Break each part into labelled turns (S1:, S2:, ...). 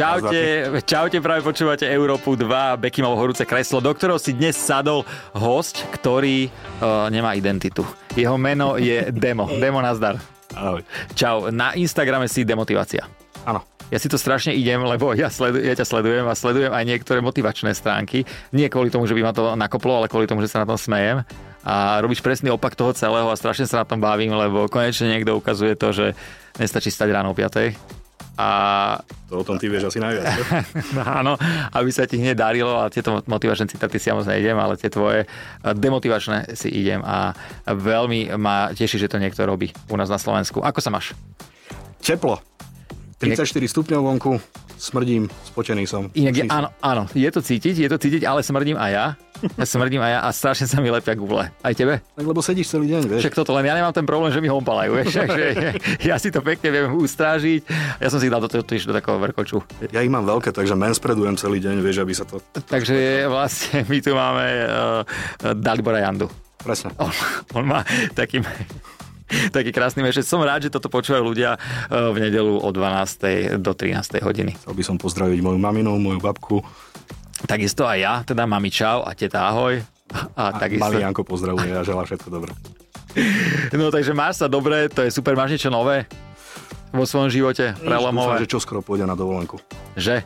S1: Čaute, čaute, práve počúvate Európu 2, Beky mal horúce kreslo, do ktorého si dnes sadol host, ktorý uh, nemá identitu. Jeho meno je Demo. Demo, nazdar.
S2: Ahoj.
S1: Čau, na Instagrame si demotivácia.
S2: Áno.
S1: Ja si to strašne idem, lebo ja, sledu, ja ťa sledujem a sledujem aj niektoré motivačné stránky. Nie kvôli tomu, že by ma to nakoplo, ale kvôli tomu, že sa na tom smejem. A robíš presný opak toho celého a strašne sa na tom bavím, lebo konečne niekto ukazuje to, že nestačí stať ráno o 5. A
S2: To o tom ty vieš asi najviac. čo?
S1: No áno, aby sa ti hneď darilo a tieto motivačné citáty si ja moc nejdem, ale tie tvoje eh, demotivačné si idem a veľmi ma teší, že to niekto robí u nás na Slovensku. Ako sa máš?
S2: Teplo. 34 stupňov vonku, smrdím, spotený som.
S1: Inak je,
S2: Čistý.
S1: áno, áno, je to cítiť, je to cítiť, ale smrdím aj ja. ja smrdím aj ja a strašne sa mi lepia gule. Aj tebe?
S2: Tak lebo sedíš celý deň, vieš.
S1: Však toto len ja nemám ten problém, že mi hompalajú, vieš, takže ja si to pekne viem ustrážiť. Ja som si ich dal do, do, do, do takého vrkoču.
S2: Ja ich mám veľké, takže manspreadujem celý deň, vieš, aby sa to...
S1: Takže vlastne my tu máme uh, Dalibora Jandu.
S2: Presne.
S1: On, on má taký, taký krásny mešec. Som rád, že toto počúvajú ľudia e, v nedelu od 12. do 13. hodiny.
S2: Chcel by som pozdraviť moju maminu, moju babku.
S1: Takisto aj ja, teda mami čau a teta ahoj. A,
S2: A
S1: takisto.
S2: Malý Janko pozdravuje a želá všetko dobré.
S1: No takže máš sa dobre, to je super, máš niečo nové vo svojom živote,
S2: Dúfam,
S1: prelomové,
S2: že čoskoro pôjde na dovolenku.
S1: že?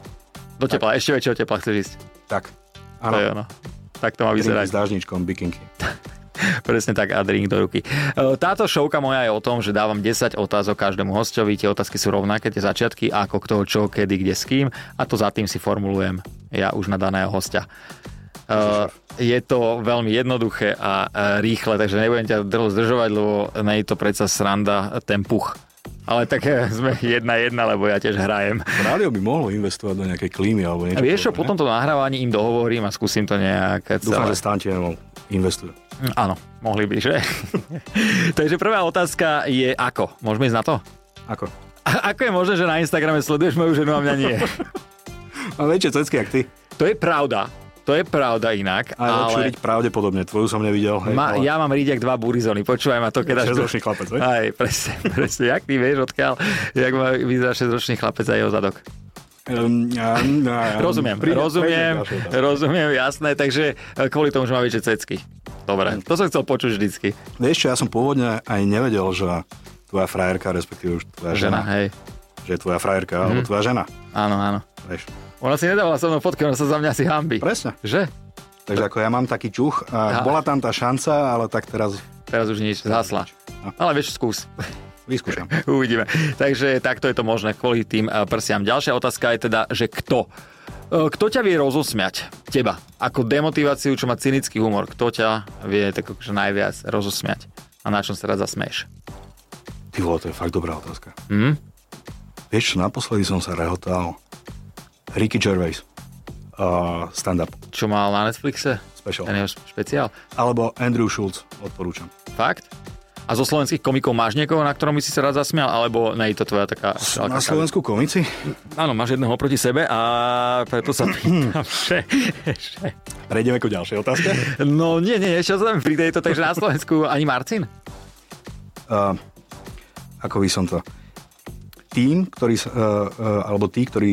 S1: Do tepla, ešte väčšieho tepla chceš ísť.
S2: Tak.
S1: To je
S2: Áno.
S1: ono. Tak to má
S2: Drink S
S1: vyzerať.
S2: dážničkom, bikinky.
S1: Presne tak a drink do ruky. E, Táto šovka moja je o tom, že dávam 10 otázok každému hostovi. Tie otázky sú rovnaké, tie začiatky, ako kto, čo, kedy, kde, s kým. A to za tým si formulujem ja už na daného hostia. E, Je to veľmi jednoduché a e, rýchle, takže nebudem ťa dlho zdržovať, lebo nie je to predsa sranda, ten puch. Ale tak e, sme jedna jedna, lebo ja tiež hrajem.
S2: Rádio by mohlo investovať do nejakej klímy alebo
S1: A
S2: niečo.
S1: vieš čo,
S2: podobné.
S1: po tomto nahrávaní im dohovorím a skúsim to nejak
S2: Dúfam,
S1: celé-
S2: že stánte investuje.
S1: Mm, Áno, mohli by, že? Takže prvá otázka je ako? Môžeme ísť na to?
S2: Ako?
S1: A- ako je možné, že na Instagrame sleduješ moju ženu a mňa nie?
S2: Mám väčšie cecky, jak ty.
S1: to je pravda. To je pravda inak,
S2: Ale,
S1: ale...
S2: ale... pravdepodobne. Tvoju som nevidel. Hej,
S1: Ma,
S2: ale...
S1: ja mám ríďak dva burizony, počúvaj ma to, keď až...
S2: Šesťročný chlapec, hej?
S1: Aj, presne, presne. Jak ty vieš, odkiaľ, jak má vyzerá 6-ročný chlapec a jeho zadok.
S2: Um, ja, ja, ja,
S1: Rozumiem,
S2: príde-
S1: rozumiem,
S2: príde ďalšia otázka.
S1: rozumiem, jasné, takže e, kvôli tomu, že má väčšie cecky. Dobre, to som chcel počuť vždycky.
S2: Vieš čo, ja som pôvodne aj nevedel, že tvoja frajerka, respektíve už tvoja
S1: Žena,
S2: žena,
S1: hej. Mhm.
S2: že je tvoja frajerka, alebo tvoja žena.
S1: Áno, áno.
S2: Vieš.
S1: Ona si nedávala so mnou fotky, ona sa za mňa si hambi.
S2: Presne.
S1: Že?
S2: Takže ako ja mám taký čuch
S1: Á.
S2: a bola tam tá šanca, ale tak teraz
S1: Teraz už nič, zhasla. Ale vieš, skús.
S2: vyskúšam.
S1: Uvidíme. Takže takto je to možné kvôli tým eh, prsiam. Ďalšia otázka je teda, že kto? Eh, Kto ťa vie rozosmiať? Teba. Ako demotiváciu, čo má cynický humor. Kto ťa vie tak akože najviac rozosmiať? A na čom sa rád zasmeješ?
S2: Ty vole, to je fakt dobrá otázka.
S1: Hm?
S2: Vieš čo, naposledy som sa rehotal. Ricky Gervais. Uh, stand-up
S1: Čo mal na Netflixe?
S2: special.
S1: Ten jeho špeciál.
S2: Alebo Andrew Schulz, odporúčam.
S1: Fakt? A zo slovenských komikov máš niekoho, na ktorom by si sa rád zasmial? Alebo nie je to tvoja taká...
S2: Na
S1: taká-
S2: Slovensku komici?
S1: Áno, máš jedného proti sebe a preto sa pýtam, že, že
S2: Prejdeme ku ďalšej otázke.
S1: No nie, nie, ešte som pri tejto, takže na Slovensku ani Marcin?
S2: uh, ako by som to... Tým, ktorý, sa- uh, uh, alebo tí, ktorí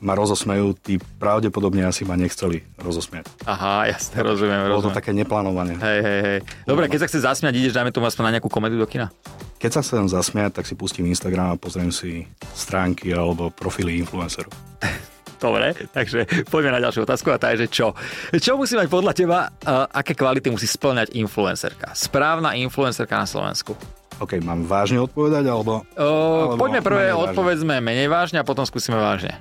S2: ma rozosmejú, tí pravdepodobne asi ma nechceli rozosmiať.
S1: Aha, jasne, rozumiem,
S2: Bolo to
S1: rozumiem. Tak...
S2: také neplánované.
S1: Hej, hej, hej. Dobre, keď sa chce zasmiať, ideš, dáme tomu aspoň na nejakú komédiu do kina.
S2: Keď sa chcem zasmiať, tak si pustím Instagram a pozriem si stránky alebo profily influencerov.
S1: Dobre, takže poďme na ďalšiu otázku a tá je, že čo? Čo musí mať podľa teba, uh, aké kvality musí splňať influencerka? Správna influencerka na Slovensku.
S2: OK, mám vážne odpovedať, alebo...
S1: Uh,
S2: Alebo
S1: poďme prvé,
S2: menej vážne.
S1: odpovedzme menej vážne a potom skúsime vážne.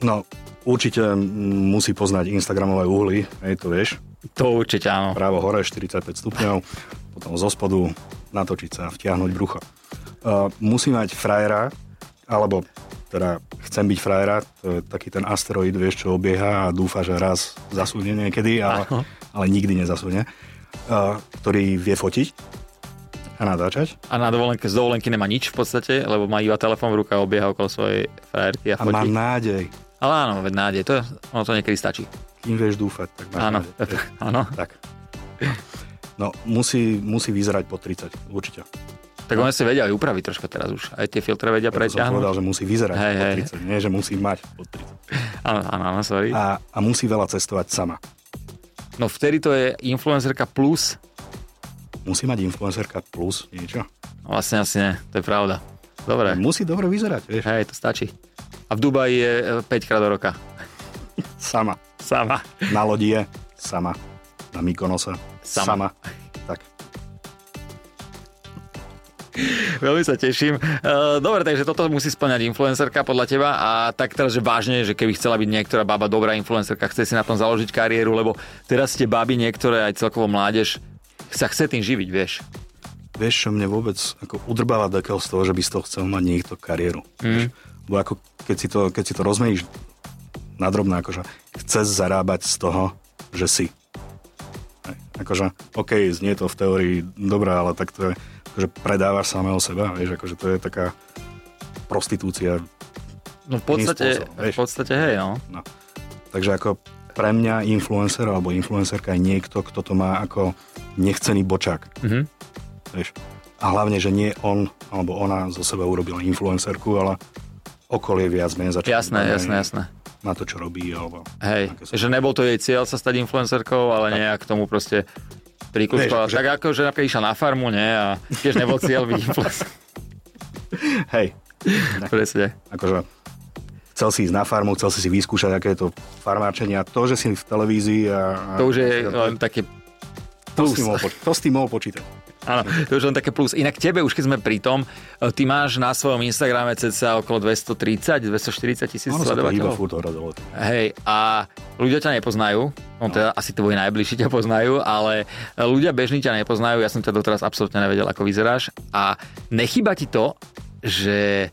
S2: No, určite mm, musí poznať Instagramové uhly, hej, to vieš.
S1: To určite áno.
S2: Právo hore, 45 stupňov, potom zo spodu natočiť sa, vtiahnuť brucho. Uh, musí mať frajera, alebo teda chcem byť frajera, to je taký ten asteroid, vieš, čo obieha a dúfa, že raz zasúne niekedy, ale,
S1: Áno.
S2: ale nikdy nezasúne, uh, ktorý vie fotiť a natáčať
S1: A na dovolenke, z dovolenky nemá nič v podstate, lebo má iba telefón v ruke a obieha okolo svojej frajerky a
S2: a má
S1: fotí.
S2: nádej.
S1: Ale áno, veď nádej, to, ono to niekedy stačí.
S2: Kým vieš dúfať, tak máš
S1: Áno,
S2: nádej.
S1: áno.
S2: Tak. No, musí, musí vyzerať po 30, určite.
S1: Tak oni si vedia aj upraviť troška teraz už. Aj tie filtre vedia
S2: Preto som
S1: preťahnuť.
S2: povedal, že musí vyzerať
S1: Hej,
S2: po
S1: hej.
S2: 30, nie že musí mať po 30.
S1: Áno, áno, áno, sorry.
S2: a, a musí veľa cestovať sama.
S1: No vtedy to je influencerka plus.
S2: Musí mať influencerka plus niečo.
S1: No, Vlastne asi ne, to je pravda. Dobre,
S2: Musí dobre vyzerať, vieš,
S1: hej, to stačí. A v Dubaji je 5 krát do roka.
S2: sama.
S1: Sama.
S2: Na lodi je sama. Na Mykonose
S1: Sama.
S2: sama. sama. Tak.
S1: Veľmi sa teším. Eh, Dobre, takže toto musí splňať influencerka podľa teba a tak teraz, že vážne, že keby chcela byť niektorá baba dobrá influencerka, chce si na tom založiť kariéru, lebo teraz tie baby niektoré aj celkovo mládež sa chce tým živiť, vieš.
S2: Vieš, čo mne vôbec ako udrbáva dekel z toho, že by z toho chcel mať niekto kariéru. Mm. Lebo ako keď si to, keď si to rozmeníš nadrobne, akože chceš zarábať z toho, že si. Hej. Akože, OK, znie to v teórii dobré, ale tak to je, akože predávaš samého seba, vieš, akože to je taká prostitúcia.
S1: No v podstate,
S2: spôsobom,
S1: v
S2: vieš.
S1: podstate hej, no.
S2: No. Takže ako pre mňa influencer alebo influencerka je niekto, kto to má ako nechcený bočák.
S1: Mhm.
S2: Vieš. A hlavne, že nie on alebo ona zo seba urobila influencerku, ale okolie viac menej začalo.
S1: Jasné,
S2: na-
S1: jasné, jasné.
S2: Na to, čo robí, alebo...
S1: Hej,
S2: Také sú-
S1: že nebol to jej cieľ sa stať influencerkou, ale nejak k tomu proste prikúšala.
S2: Vieš, že-
S1: Tak ako, že napríklad išla na farmu, nie? A tiež nebol cieľ byť influencer.
S2: Hej,
S1: Presne.
S2: akože chcel si ísť na farmu, chcel si si vyskúšať, aké je to farmáčenie a to, že si v televízii a... a
S1: To už je
S2: to,
S1: len také
S2: to, s tým mohol poč- to s tým mohol počítať.
S1: Áno, to už len také plus. Inak tebe, už keď sme pri tom, e, ty máš na svojom Instagrame cca okolo 230, 240 tisíc
S2: Ono sa to hýba
S1: sledovateľov.
S2: furt hore dole.
S1: Hej, a ľudia ťa nepoznajú, no teda asi tvoji najbližší ťa poznajú, ale ľudia bežní ťa nepoznajú, ja som ťa doteraz absolútne nevedel, ako vyzeráš. A nechyba ti to, že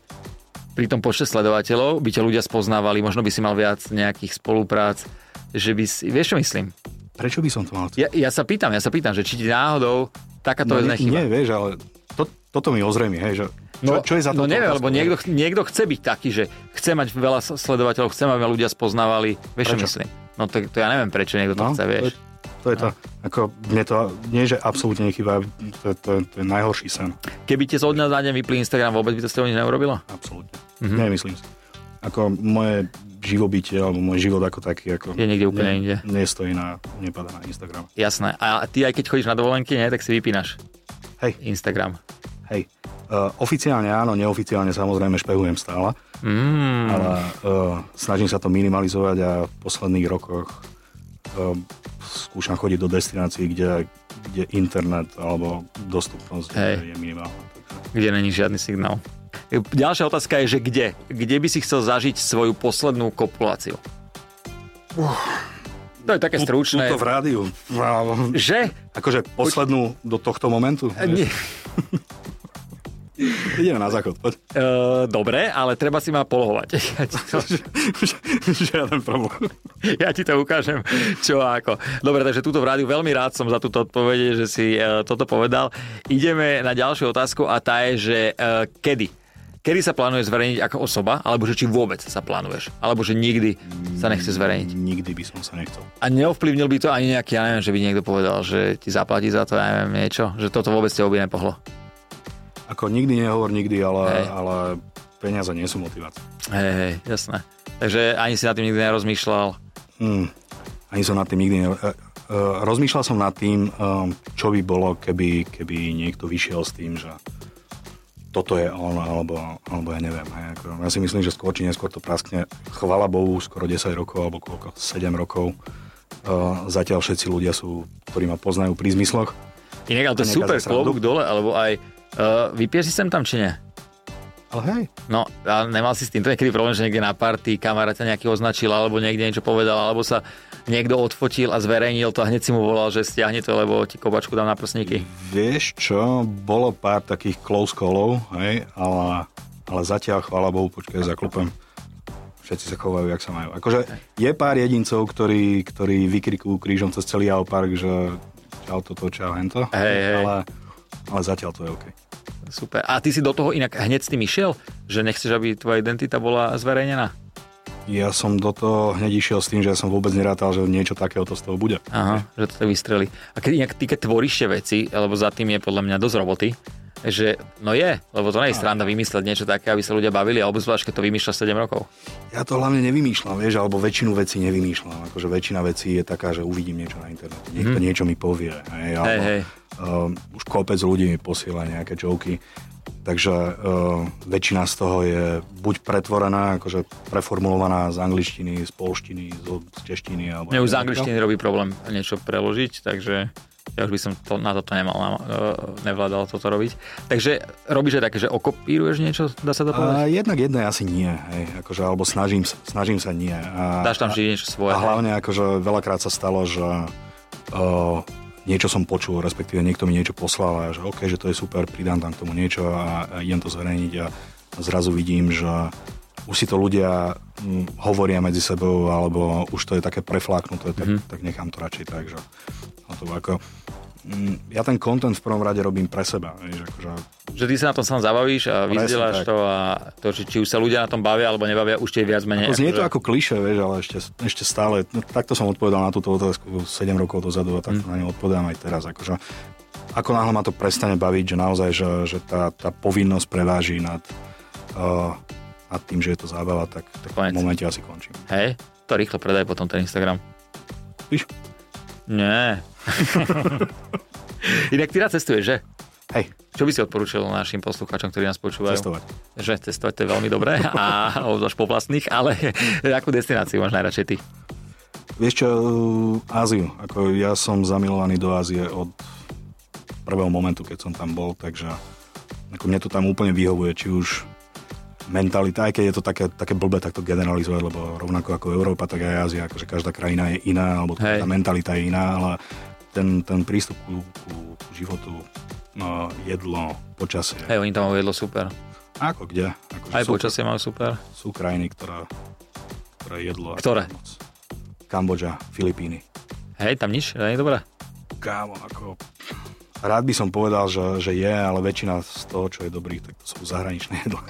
S1: pri tom počte sledovateľov by ťa ľudia spoznávali, možno by si mal viac nejakých spoluprác, že by si, vieš čo myslím?
S2: Prečo by som to mal?
S1: Ja, ja sa pýtam, ja sa pýtam, že či ti náhodou takáto vec
S2: No nie,
S1: nechyba.
S2: nie, vieš, ale to, toto mi ozrejme, hej, že čo, čo je za vlastne?
S1: No
S2: to?
S1: neviem, lebo niekto, ch- niekto chce byť taký, že chce mať veľa s- sledovateľov, chce, aby ma ľudia spoznávali. Vieš, čo
S2: Prečo?
S1: myslím? No to, to ja neviem, prečo niekto to chce, vieš.
S2: No,
S1: No.
S2: To je, to, je to. Ako mne to nie, že absolútne nechýba, to, je- to, je- to je najhorší sen.
S1: Keby ti zo dňa na deň vypli Instagram, vôbec by to s tebou nič neurobilo?
S2: Absolútne.
S1: Mhm.
S2: Mm-hmm. Nemyslím si. Ako moje živobytie, alebo môj život ako taký, ako...
S1: Je niekde úplne inde.
S2: Nestojí na, nepadá na Instagram.
S1: Jasné. A ty aj keď chodíš na dovolenky, nie, tak si vypínaš
S2: Hej,
S1: Instagram.
S2: hej. Uh, oficiálne áno, neoficiálne samozrejme špehujem stále,
S1: Mm,
S2: ale uh, snažím sa to minimalizovať a v posledných rokoch uh, skúšam chodiť do destinácií, kde, kde internet alebo dostupnosť
S1: Hej.
S2: je minimálna. Takže
S1: kde není žiadny signál. Ďalšia otázka je, že kde? Kde by si chcel zažiť svoju poslednú kopuláciu? To je také stručné.
S2: Tuto v rádiu.
S1: Že?
S2: Akože poslednú do tohto momentu.
S1: Eh, Nie.
S2: Ideme na záchod,
S1: E,
S2: poď.
S1: dobre, ale treba si ma polohovať. Ja ti, to,
S2: Žiaden problém.
S1: ja ti to ukážem, čo a ako. Dobre, takže túto v rádiu veľmi rád som za túto odpovede, že si e, toto povedal. Ideme na ďalšiu otázku a tá je, že e, kedy? Kedy sa plánuje zverejniť ako osoba, alebo že či vôbec sa plánuješ, alebo že nikdy sa nechce zverejniť.
S2: Nikdy by som sa nechcel.
S1: A neovplyvnil by to ani nejaký, ja neviem, že by niekto povedal, že ti zaplatí za to, ja neviem, niečo, že toto vôbec ťa obi nepohlo.
S2: Ako nikdy nehovor nikdy, ale,
S1: Hej.
S2: ale peniaze nie sú motivácia.
S1: Hej, hej, jasné. Takže ani si nad tým nikdy nerozmýšľal.
S2: Hmm. Ani som nad tým nikdy ne... e, e, Rozmýšľal som nad tým, ehm, čo by bolo, keby, keby niekto vyšiel s tým, že toto je on, alebo, alebo ja neviem. Hej, ako, ja si myslím, že skôr či neskôr to praskne. Chvala Bohu, skoro 10 rokov, alebo koľko, 7 rokov. E, Zatiaľ všetci ľudia sú, ktorí ma poznajú pri zmysloch.
S1: Inak, ale to je
S2: A nekazať
S1: super,
S2: srandu.
S1: klobúk dole, alebo aj uh, vypieš si sem tam, či nie?
S2: Ale hej,
S1: No, a nemal si s týmto niekedy problém, že niekde na party kamarát ťa nejaký označil, alebo niekde niečo povedal, alebo sa niekto odfotil a zverejnil to a hneď si mu volal, že stiahni to, lebo ti kobačku dám na prsníky.
S2: vieš čo, bolo pár takých close callov, hej, ale, ale zatiaľ, chvála Bohu, počkaj, zaklopem. Všetci sa chovajú, jak sa majú. Akože je pár jedincov, ktorí, ktorí vykrikujú krížom cez celý Alpark, že čau toto, čau hento.
S1: Hej, hej.
S2: Ale, ale zatiaľ to je OK.
S1: Super. A ty si do toho inak hneď s tým išiel, že nechceš, aby tvoja identita bola zverejnená?
S2: Ja som do toho hneď išiel s tým, že ja som vôbec nerátal, že niečo takéhoto z toho bude.
S1: Aha, že to tak vystreli. A keď, inak ty, keď tvoríš tie veci, lebo za tým je podľa mňa dosť roboty, že no je, lebo to nie je stranda vymysleť niečo také, aby sa ľudia bavili a obzvlášť, keď to vymýšľa 7 rokov.
S2: Ja to hlavne nevymýšľam, vieš, alebo väčšinu vecí nevymýšľam. Akože väčšina vecí je taká, že uvidím niečo na internete, niekto niečo mi povie. Hej, alebo,
S1: Mhm. hej.
S2: Um, už kopec ľudí mi posiela nejaké joky. Takže uh, väčšina z toho je buď pretvorená, akože preformulovaná z angličtiny, z polštiny, zo- z češtiny. Alebo
S1: Mne už z angličtiny robí problém niečo preložiť, takže ja už by som to, na toto nemal, na, e, nevládal toto robiť. Takže robíš aj také, že okopíruješ niečo, dá sa to povedať?
S2: A jednak jedné asi nie, hej, akože, alebo snažím, sa- snažím sa nie. A,
S1: Dáš tam vždy niečo svoje.
S2: A hlavne akože veľakrát sa stalo, že uh, niečo som počul, respektíve niekto mi niečo poslal a že OK, že to je super, pridám tam k tomu niečo a, a idem to zverejniť a zrazu vidím, že už si to ľudia mm, hovoria medzi sebou alebo už to je také prefláknuté, tak, mm-hmm. tak nechám to radšej tak, že no to ako, mm, ja ten content v prvom rade robím pre seba, vieš, akože,
S1: Že ty sa na tom sám zabavíš a vyzdieláš
S2: tak.
S1: to a to, či, či už sa ľudia na tom bavia alebo nebavia, už tie viac menej.
S2: ako znie to
S1: akože-
S2: ako kliše, vieš, ale ešte, ešte stále, no, takto som odpovedal na túto otázku 7 rokov dozadu a takto
S1: Hm.
S2: na ňu odpovedám aj teraz, akože ako náhle ma to prestane baviť, že naozaj, že, že tá, tá povinnosť preváži nad, uh, nad tým, že je to zábava, tak, tak
S1: Konec.
S2: v momente asi končím.
S1: Hej, to rýchlo predaj potom ten Instagram.
S2: Víš?
S1: Nie. Inak ty rád cestuješ, že?
S2: Hej,
S1: Čo by si odporúčil našim poslucháčom, ktorí nás počúvajú?
S2: cestovať.
S1: Že cestovať to je veľmi dobré a obzvlášť po vlastných, ale akú destináciu máš najradšej ty?
S2: Vieš čo, eh, Áziu. Ako ja som zamilovaný do Ázie od prvého momentu, keď som tam bol, takže ako mne to tam úplne vyhovuje, či už mentalita, aj keď je to také, také blbé takto generalizovať, lebo rovnako ako Európa, tak aj Ázia, akože každá krajina je iná, alebo
S1: Hej.
S2: tá mentalita je iná, ale ten, ten prístup ku, ku životu, no, jedlo, počasie,
S1: Hej, oni tam majú jedlo super.
S2: ako kde, akože
S1: Aj
S2: sú,
S1: počasie majú super.
S2: sú krajiny, ktorá, ktoré jedlo. ako
S1: Ktoré?
S2: moc. Kambodža, Filipíny.
S1: Hej, tam nič, nie je dobré.
S2: Kámo, ako... Rád by som povedal, že, že je, ale väčšina z toho, čo je dobrý, tak to sú zahraničné jedlá.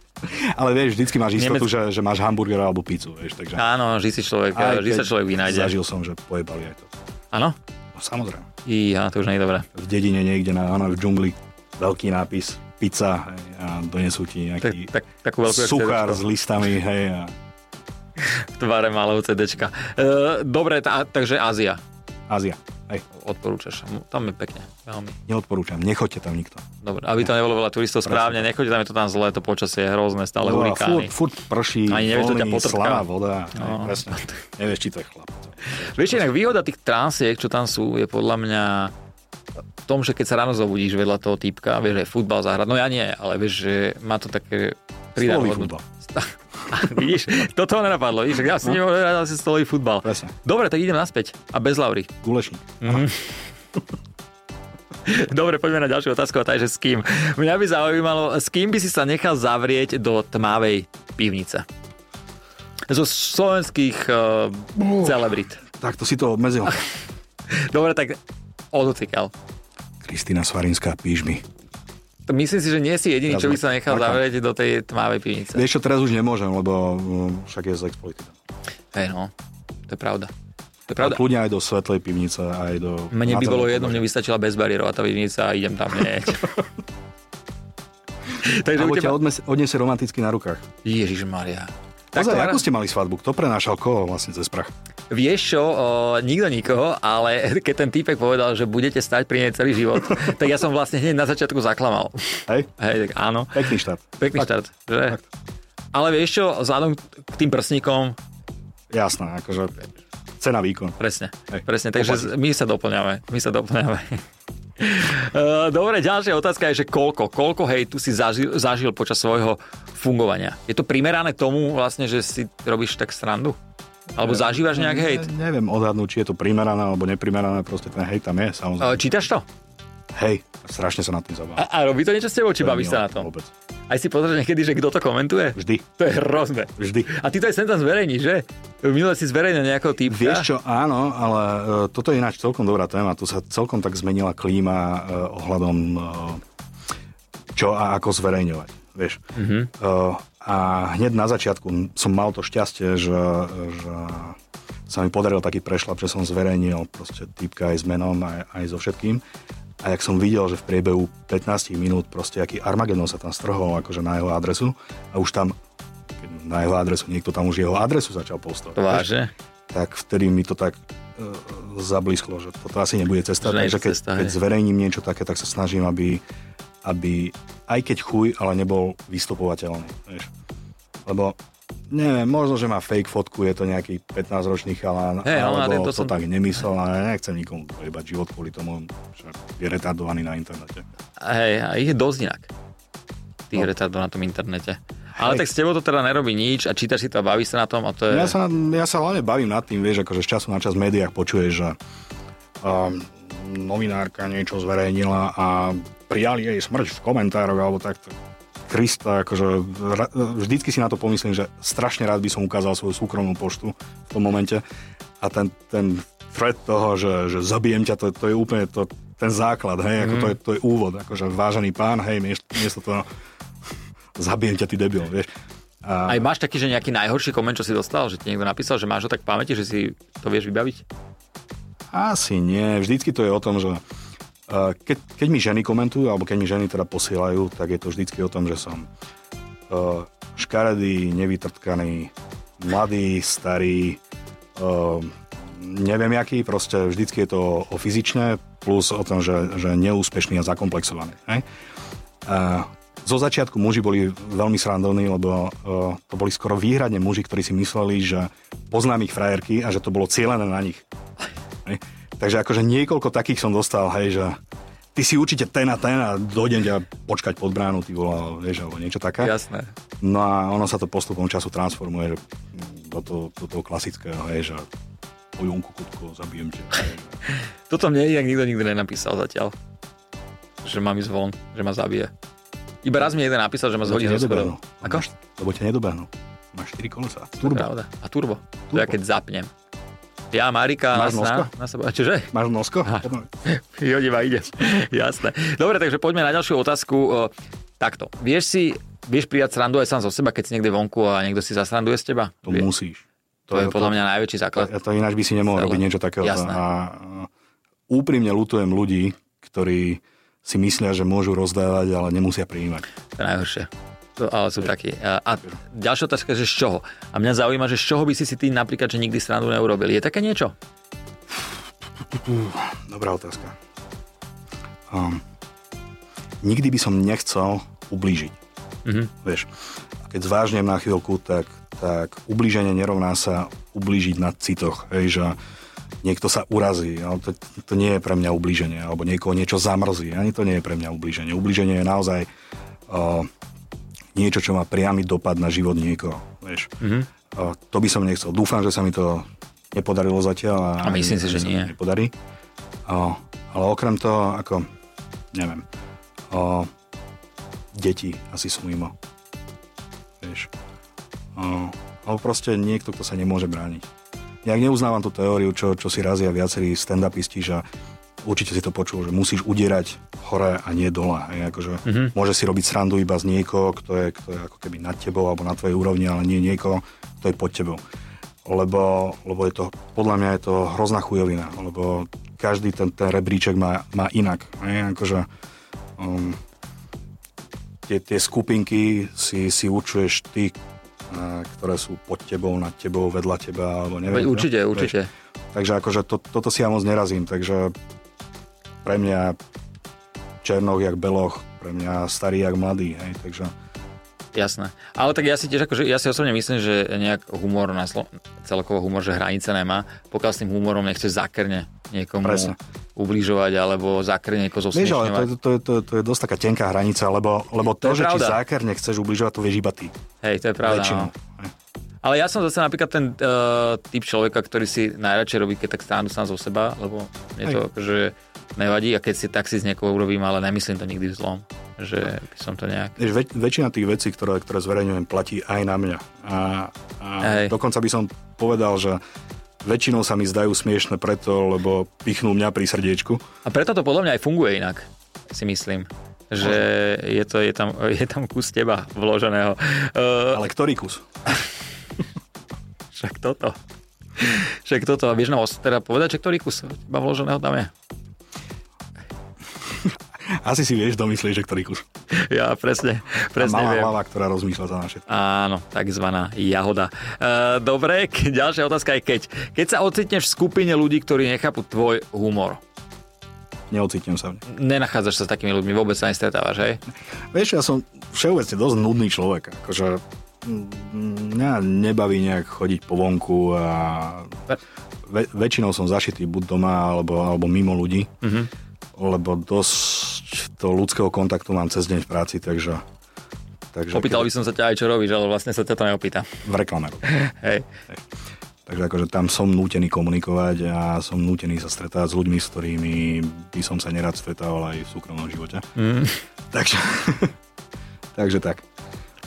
S2: ale vieš, vždycky máš istotu,
S1: Nemec-
S2: že, že máš hamburger alebo pizzu, vieš, takže...
S1: Áno, vždy si človek,
S2: aj
S1: vždy sa
S2: keď
S1: človek vynájde.
S2: Zažil som, že pojebali aj to.
S1: Áno?
S2: No samozrejme.
S1: Iha, to už nie je dobré.
S2: V dedine niekde, na, áno, v džungli, veľký nápis, pizza, hej, a donesú
S1: Tak,
S2: ti nejaký
S1: tak, takú veľkú jak
S2: suchár
S1: CDčko.
S2: s listami, hej, a
S1: v tvare malého CDčka. E, dobre, tá, takže Ázia
S2: Ázia. Hej,
S1: odporúčaš. Tam je pekne, veľmi.
S2: neodporúčam, nechoďte tam nikto.
S1: Dobre, aby to nebolo veľa turistov správne, nechoďte tam, je to tam zlé, to počasie je hrozné, stále
S2: No a
S1: hurikány.
S2: furt, furt prší,
S1: Ani nevieš, čo ťa
S2: voľný,
S1: potrká.
S2: slama, voda,
S1: No.
S2: no. presne. Nevieš, či to je chlap.
S1: Vieš, inak výhoda tých transiek, čo tam sú, je podľa mňa v tom, že keď sa ráno zobudíš vedľa toho typka, vieš, že futbal zahrať, no ja nie, ale vieš, že má to také pridanú
S2: Stolový
S1: hodnotu.
S2: futbal.
S1: vidíš, toto ma nenapadlo, vidíš, ja si no. nemôžem asi stolový futbal.
S2: Presne.
S1: Dobre, tak idem naspäť a bez Laury.
S2: Gulešník.
S1: Dobre, poďme na ďalšiu otázku, a tá je, že s kým. Mňa by zaujímalo, s kým by si sa nechal zavrieť do tmavej pivnice? Zo slovenských uh, celebrit.
S2: Tak to si to obmedzil.
S1: Dobre, tak odotýkal.
S2: Kristýna Svarinská, píš mi.
S1: Myslím si, že nie si jediný, čo by sa nechal
S2: Marka.
S1: zavrieť do tej tmavej pivnice.
S2: Vieš čo, teraz už nemôžem, lebo mm, však je z expolitika.
S1: Hej no, to je pravda. To je
S2: Ale
S1: pravda.
S2: kľudne aj do svetlej pivnice, aj do...
S1: Mne by
S2: na
S1: bolo
S2: celom
S1: jedno, mne by stačila bezbariérová tá pivnica a idem tam hneď. Takže u
S2: Alebo ťa
S1: teba...
S2: odnes- odniesie romanticky na rukách.
S1: Ježišmaria. Tak
S2: Pozor,
S1: to-
S2: akú ste mali svadbu? Kto prenášal koho vlastne cez prach?
S1: Vieš čo, o, nikto nikoho, ale keď ten týpek povedal, že budete stať pri nej celý život, tak ja som vlastne hneď na začiatku zaklamal.
S2: Hej?
S1: Hej, tak áno.
S2: Pekný štát.
S1: Pekný štart, že? Ale vieš čo, vzhľadom k tým prsníkom,
S2: Jasné, akože cena výkon.
S1: presne,
S2: Hej,
S1: presne, takže z- my sa doplňame, my sa doplňame. Eh, Dobre, ďalšia otázka je, že koľko, koľko hejtu si zažil, zažil počas svojho fungovania? Je to primerané tomu vlastne, že si robíš tak srandu? Alebo
S2: Eh,
S1: zažívaš nejak hejt?
S2: Ne, neviem odhadnúť, či je to primerané alebo neprimerané, proste ten hejt tam je,
S1: Eh,
S2: samozrejme.
S1: Čítaš to?
S2: Hej, strašne sa nad tým zabávam.
S1: A, a robí to niečo s tebou, či bavíš sa na tom?
S2: Vôbec.
S1: Aj si pozrieš niekedy, že kto to komentuje?
S2: Vždy,
S1: To je hrozné.
S2: vždy.
S1: A ty to aj sem tam zverejní, že? Minule si zverejnil nejakého typka.
S2: Vieš čo, áno, ale e, toto je ináč celkom dobrá téma. Tu sa celkom tak zmenila klíma e, ohľadom e, čo a ako zverejňovať. Vieš.
S1: Mhm.
S2: Mm-hmm. E, a hneď na začiatku som mal to šťastie, že, že sa mi podaril taký prešlap, že som zverejnil proste typka aj s menom, aj, aj so všetkým. A jak som videl, že v priebehu 15 minút proste aký Armagedon sa tam strhol akože na jeho adresu a už tam na jeho adresu, niekto tam už jeho adresu začal postovať.
S1: Vážne?
S2: tak vtedy mi to tak e, zablísklo, že toto asi nebude cesta.
S1: Že nejde
S2: takže keď,
S1: cesta,
S2: keď
S1: hej.
S2: zverejním niečo také, tak sa snažím, aby, aby aj keď chuj, ale nebol vystupovateľný. Vieš. Lebo neviem, možno, že má fake fotku, je to nejaký 15-ročný chalán,
S1: Hej, ale to
S2: alebo to, to
S1: som-
S2: tak nemyslel a ja nechcem nikomu iba život kvôli tomu, že je retardovaný na internete.
S1: Hej, a ich je dosť inak. Tých
S2: No.
S1: no. retardov na tom internete. Ale
S2: Hej.
S1: tak s tebou to teda nerobí nič a čítaš si to a bavíš sa na tom a to je...
S2: Ja sa, ja sa hlavne bavím nad tým, vieš, akože z času na čas v médiách počuješ, že um, novinárka niečo zverejnila a prijali jej smrť v komentároch alebo takto. Krista, akože ra- vždycky si na to pomyslím, že strašne rád by som ukázal svoju súkromnú poštu v tom momente a ten, ten thread toho, že, že zabijem ťa, to, to je úplne to, ten základ, hej, ako to,
S1: Mm.
S2: je, to je úvod, akože vážený pán, hej, miesto, miesto toho zabijem ťa, ty debil, vieš. A,
S1: Aj máš taký, že nejaký najhorší koment, čo si dostal, že ti niekto napísal, že máš ho tak v pamäti, že si to vieš vybaviť?
S2: Asi nie. Vždycky to je o tom, že eh, keď, keď mi ženy komentujú, alebo keď mi ženy teda posielajú, tak je to vždycky o tom, že som eh, škaredý, nevytrtkaný, mladý, starý, eh, neviem jaký, proste vždycky je to o- o fyzične, plus o tom, že, že neúspešný a zakomplexovaný. Hej? A zo začiatku muži boli veľmi srandovní, lebo uh, to boli skoro výhradne muži, ktorí si mysleli, že poznám ich frajerky a že to bolo cieľené na nich. Hej. Takže akože niekoľko takých som dostal, hej, že ty si určite ten a ten a dojdem ťa počkať pod bránu, ty volá, vieš, alebo niečo také.
S1: Jasné.
S2: No a ono sa to postupom času transformuje že do, to, do toho klasického, hej, že pojunku, kutko, zabijem ťa. hej.
S1: Toto mne inak nikto nikdy nenapísal zatiaľ. Že mám ísť von, že ma zabije. Iba raz mi jeden napísal, že ma
S2: Lebo
S1: zhodí
S2: ťa
S1: zo
S2: nedobehnú.
S1: schodov. Ako?
S2: no. Máš- Lebo ťa nedobehnú. no. Máš 4 kolesa.
S1: Turbo.
S2: Turbo.
S1: Pravda. A turbo. To ja
S2: Turbo.
S1: keď zapnem. Ja, Marika, na,
S2: Máš nosko?
S1: na seba. Čože?
S2: Máš nosko?
S1: Jo, iba ide. Jasné. Dobre, takže poďme na ďalšiu otázku. E, Takto. Vieš si vieš prijať srandu aj sám zo seba, keď si niekde vonku a niekto si zasranduje z teba?
S2: To
S1: Vie-
S2: musíš.
S1: to je podľa mňa najväčší základ.
S2: Ja to ináč by si nemohol
S1: Celé.
S2: robiť niečo takého.
S1: Jasné.
S2: A úprimne lutujem ľudí, ktorí si myslia, že môžu rozdávať, ale nemusia prijímať.
S1: To je najhoršie. To, ale sú takí. A, a ďalšia otázka, že z čoho? A mňa zaujíma, že z čoho by si si ty napríklad, že nikdy srandu neurobil. Je také niečo?
S2: Dobrá otázka. Um, nikdy by som nechcel ublížiť.
S1: Mhm.
S2: Vieš, a keď zvážnem na chvíľku, tak, tak ublíženie nerovná sa ublížiť na citoch. Hej, že niekto sa urazí, ale to, to nie je pre mňa ublíženie, alebo niekoho niečo zamrzí, ani to nie je pre mňa ublíženie. Ublíženie je naozaj uh, niečo, čo má priamy dopad na život niekoho. Vieš.
S1: Mhm.
S2: A To by som nechcel. Dúfam, že sa mi to nepodarilo zatiaľ.
S1: A myslím si,
S2: ani
S1: že
S2: sa mi
S1: nie.
S2: Nepodarí. A, ale okrem toho, ako, neviem, a, deti asi sú mimo. Vieš. A, alebo proste niekto, kto sa nemôže brániť. Ja neuznávam tú teóriu, čo, čo si razia viacerí stand-upisti, že určite si to počul, že musíš udierať hore a nie dole. Hej, akože
S1: Mhm.
S2: mm-hmm. Môže si robiť srandu iba z niekoho, kto je, kto je ako keby nad tebou alebo na tvojej úrovni, ale nie niekoho, kto je pod tebou. Lebo, lebo je to, podľa mňa je to hrozná chujovina, lebo každý ten, ten rebríček má, má inak. Hej, akože, um, tie, tie skupinky si, si určuješ ty, eh, ktoré sú pod tebou, nad tebou, vedľa teba, alebo neviem.
S1: Veď
S2: čo.
S1: určite,
S2: Vieš,
S1: určite.
S2: Takže akože to, toto si ja moc nerazím, takže pre mňa Černoch jak Beloch, pre mňa starý jak mladý, hej, takže
S1: Jasné. Ale tak ja si tiež akože, ja si osobne myslím, že nejak humor na Slo- celkovo humor, že hranice nemá, pokiaľ s tým humorom nechceš zakrne niekomu
S2: Presne.
S1: ubližovať alebo zakrne niekoho
S2: vieš, ale to,
S1: zosmiešňovať.
S2: je- to, je- to, je- to je dosť taká tenká hranica, lebo, lebo
S1: To
S2: to,
S1: je
S2: že
S1: pravda.
S2: či zákerne chceš ubližovať, to vieš iba ty.
S1: Hej, to je pravda.
S2: väčšinou.
S1: No. Ale ja som zase napríklad ten uh, typ človeka, ktorý si najradšej robí, keď tak stánu sám zo seba, lebo mne to akože nevadí a keď si tak si z niekoho urobím, ale nemyslím to nikdy v zlom, že by som to nejak...
S2: Vieš, väč- väčšina tých vecí, ktoré, ktoré zverejňujem, platí aj na mňa. A, a
S1: Hej.
S2: dokonca by som povedal, že väčšinou sa mi zdajú smiešne preto, lebo pichnú mňa pri srdiečku.
S1: A preto to podľa mňa aj funguje inak, si myslím. Že je, to, je, tam, je tam kus teba vloženého. Uh,
S2: Ale ktorý kus?
S1: však toto. no, Však toto. A vieš nám os- teda povedať, že ktorý kus teba vloženého tam je?
S2: Asi si vieš, domyslíš, že ktorý kus.
S1: Ja presne, presne
S2: Malá
S1: viem.
S2: hlava, ktorá rozmýšľa za na všetko.
S1: Áno, takzvaná jahoda. E, dobre, ke- ďalšia otázka je keď. Keď sa ocitneš v skupine ľudí, ktorí nechápu tvoj humor,
S2: Neocitnem sa v nej.
S1: nenachádzaš sa s takými ľuďmi, vôbec sa nestretávaš, hej?
S2: Vieš, ja som všeobecne dosť nudný človek. Akože mm, mňa nebaví nejak chodiť po vonku a ve- väčšinou som zašitý buď doma alebo, alebo mimo ľudí,
S1: Mhm.
S2: lebo dosť to ľudského kontaktu mám cez deň v práci, takže... takže akože
S1: Opýtal by som sa ťa aj, čo robíš, ale vlastne sa ťa to neopýta.
S2: V reklame. robím.
S1: Hej.
S2: Takže akože tam som nútený komunikovať a som nútený sa stretávať s ľuďmi, s ktorými by som sa nerad stretával aj v súkromnom živote.
S1: Mm.
S2: Takže, takže tak.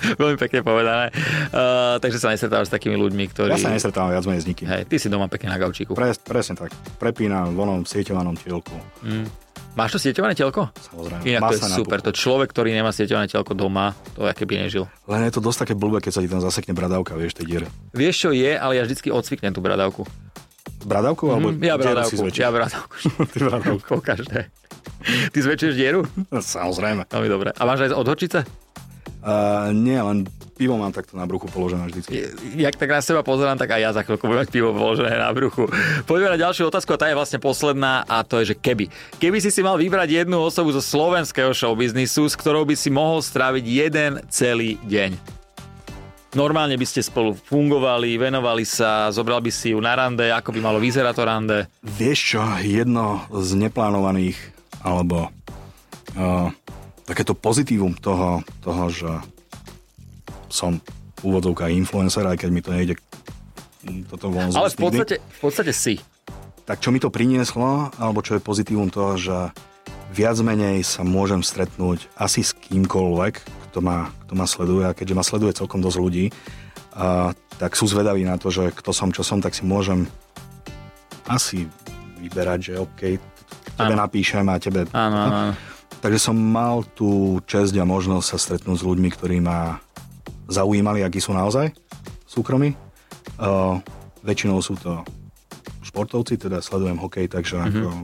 S1: Veľmi pekne povedané. Uh, takže sa nestretávaš s takými ľuďmi, ktorí...
S2: Ja sa nestretávam viac menej s nikým.
S1: Hej, ty si doma pekne na gaučíku. Pre...
S2: Pres, presne tak. Prepínam v onom sieťovanom tielku.
S1: Máš to sieťované telko?
S2: Samozrejme.
S1: Hm. Inak to je
S2: Masa na
S1: super.
S2: pupu.
S1: To človek, ktorý nemá sieťované telko doma, to aké by nežil.
S2: Len je to dosť také blbé, keď sa ti tam zasekne bradavka, vieš, tej diere.
S1: Vieš, čo je, ale ja vždycky odsvyknem tú bradavku.
S2: Bradavku? Alebo
S1: Hm, ja
S2: dieru
S1: bradavku,
S2: si zväčšíš?
S1: ja bradavku.
S2: Ty bradavku. No,
S1: Po každé. Ty zväčšuješ dieru?
S2: Samozrejme.
S1: Veľmi dobre. A máš aj z odhočice?
S2: Uh, nie, len pivo mám takto na bruchu položené vždycky.
S1: Je- Jak tak na seba pozerám, tak aj ja za chvíľku budem mať pivo položené na bruchu. Poďme na ďalšiu otázku a tá je vlastne posledná a to je, že keby. Keby si si mal vybrať jednu osobu zo slovenského showbiznisu, s ktorou by si mohol stráviť jeden celý deň. Normálne by ste spolu fungovali, venovali sa, zobral by si ju na rande, ako by malo vyzerať to rande.
S2: Vieš čo, jedno z neplánovaných, alebo uh, takéto pozitívum toho, toho, že som v úvodzovkách influencer, aj keď mi to nejde toto von z
S1: Ale
S2: úst
S1: v
S2: nikdy.
S1: podstate, v podstate si.
S2: Tak čo mi to prinieslo, alebo čo je pozitívum toho, že viac menej sa môžem stretnúť asi s kýmkoľvek, kto ma, kto ma sleduje, a keďže ma sleduje celkom dosť ľudí, a, tak sú zvedaví na to, že kto som, čo som, tak si môžem asi vyberať, že OK, tebe napíšem a tebe...
S1: Áno, áno. áno.
S2: Takže som mal tú čest a možnosť sa stretnúť s ľuďmi, ktorí ma zaujímali, akí sú naozaj v súkromí. Uh, väčšinou sú to športovci, teda sledujem hokej, takže mm-hmm. ako m,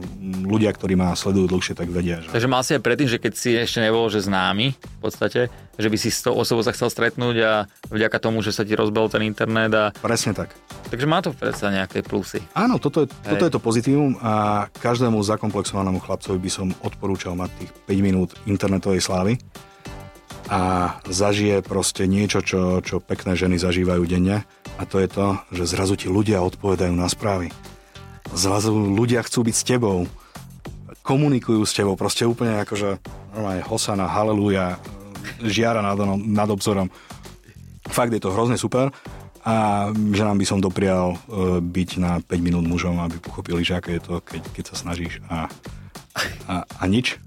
S2: ľudia, ktorí ma sledujú dlhšie, tak vedia, že
S1: Takže mal si aj predtým, že keď si ešte nebol že známy v podstate, že by si s tou osobou sa chcel stretnúť a vďaka tomu, že sa ti rozbehol ten internet a
S2: presne tak.
S1: takže má to predsa nejaké plusy.
S2: Áno, toto je, toto
S1: Hej.
S2: je to pozitívum a každému zakomplexovanému chlapcovi by som odporúčal mať tých 5 minút internetovej slávy a zažije proste niečo, čo, čo pekné ženy zažívajú denne a to je to, že zrazu ti ľudia odpovedajú na správy. Zrazu ľudia chcú byť s tebou, komunikujú s tebou, proste úplne akože normálne hosana, haleluja, žiara nad, nad obzorom. Fakt je to hrozne super a že nám by som doprial e, byť na 5 minút mužom, aby pochopili, že aké je to, keď, keď sa snažíš a, a, a nič.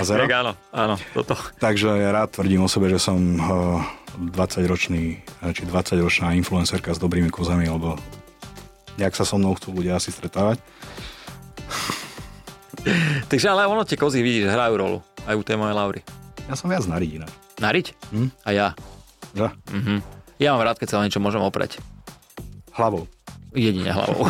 S2: A zero.
S1: Tak áno, áno, toto.
S2: Takže ja rád tvrdím o sebe, že som eh, 20-ročný eh, či 20-ročná influencerka s dobrými kozami, lebo nejak sa so mnou chcú ľudia asi stretávať.
S1: Takže ale ono tie kozy vidíš, hrajú rolu. Aj u tej mojej Laury.
S2: Ja som viac naridina.
S1: Nariť?
S2: Hm?
S1: A ja.
S2: Že?
S1: Mhm. Ja mám rád, keď sa o niečo môžem oprať.
S2: Hlavou.
S1: Jedine hlavou.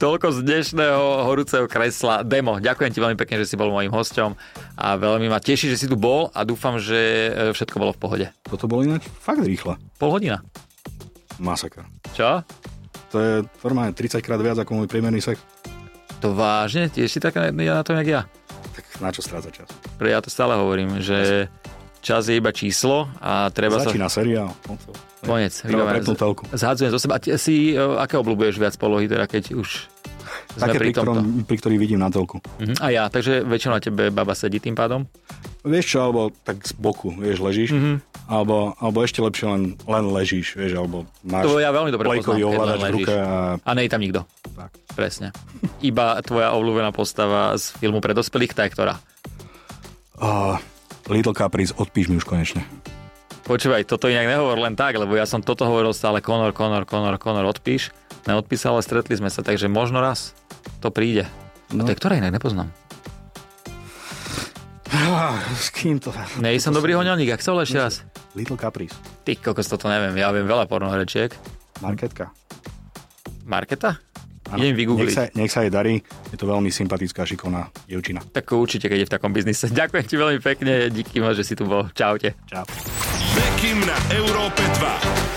S1: Toľko z dnešného horúceho kresla. Demo, ďakujem ti veľmi pekne, že si bol mojím hosťom a veľmi ma teší, že si tu bol a dúfam, že e, všetko bolo v pohode.
S2: Toto bolo ináč fakt rýchle.
S1: Pol hodina.
S2: Masakra.
S1: Čo?
S2: To je normálne 30 krát viac ako môj priemerný sex.
S1: To vážne? Tiež si tak na, na tom, jak ja?
S2: Tak na čo stráca čas?
S1: Pre ja to stále hovorím, že čas je iba číslo a treba sa...
S2: Začína seriál. No to-
S1: Konec.
S2: Treba
S1: Vybavené.
S2: prepnúť telku.
S1: Zhadzujem zo seba. A ti- si, e, aké obľúbuješ viac polohy, teda keď už sme
S2: Také,
S1: pri
S2: pri, ktorom,
S1: tomto?
S2: pri ktorých vidím na telku.
S1: Mhm. A ja, takže väčšinou na tebe baba sedí tým pádom?
S2: Vieš čo, alebo tak z boku, vieš, ležíš.
S1: Mhm.
S2: Alebo, alebo ešte lepšie len, len ležíš, vieš, alebo máš
S1: To ja veľmi dobre poznám,
S2: plejkový
S1: keď len
S2: ovládač v ruke a
S1: A nej tam nikto.
S2: tak.
S1: Presne. Iba tvoja obľúbená postava z filmu pre dospelých, tá je ktorá?
S2: Uh, Little Caprice, odpíš mi už konečne.
S1: Počúvaj, toto inak nehovor len tak, lebo ja som toto hovoril stále Conor, Conor, Conor, Conor, odpíš. Neodpísal, ale stretli sme sa, takže možno raz to príde. No.
S2: No.
S1: A to je ktorá inak, nepoznám.
S2: s kým to?
S1: Nej som dobrý hoňovník, ak sa volá ešte raz?
S2: Little Caprice,
S1: Ty kokos, toto neviem, ja viem veľa pornohrečiek.
S2: Marketka.
S1: Marketa? Ano, Idem
S2: Nech
S1: vygoogliť.
S2: sa, nech sa jej darí, je to veľmi sympatická, šikovná dievčina.
S1: Tak určite, keď je v takom biznise. Ďakujem ti veľmi pekne, díky moc, že si tu bol. Čaute.
S2: Čau.
S3: Bekim na Európe 2.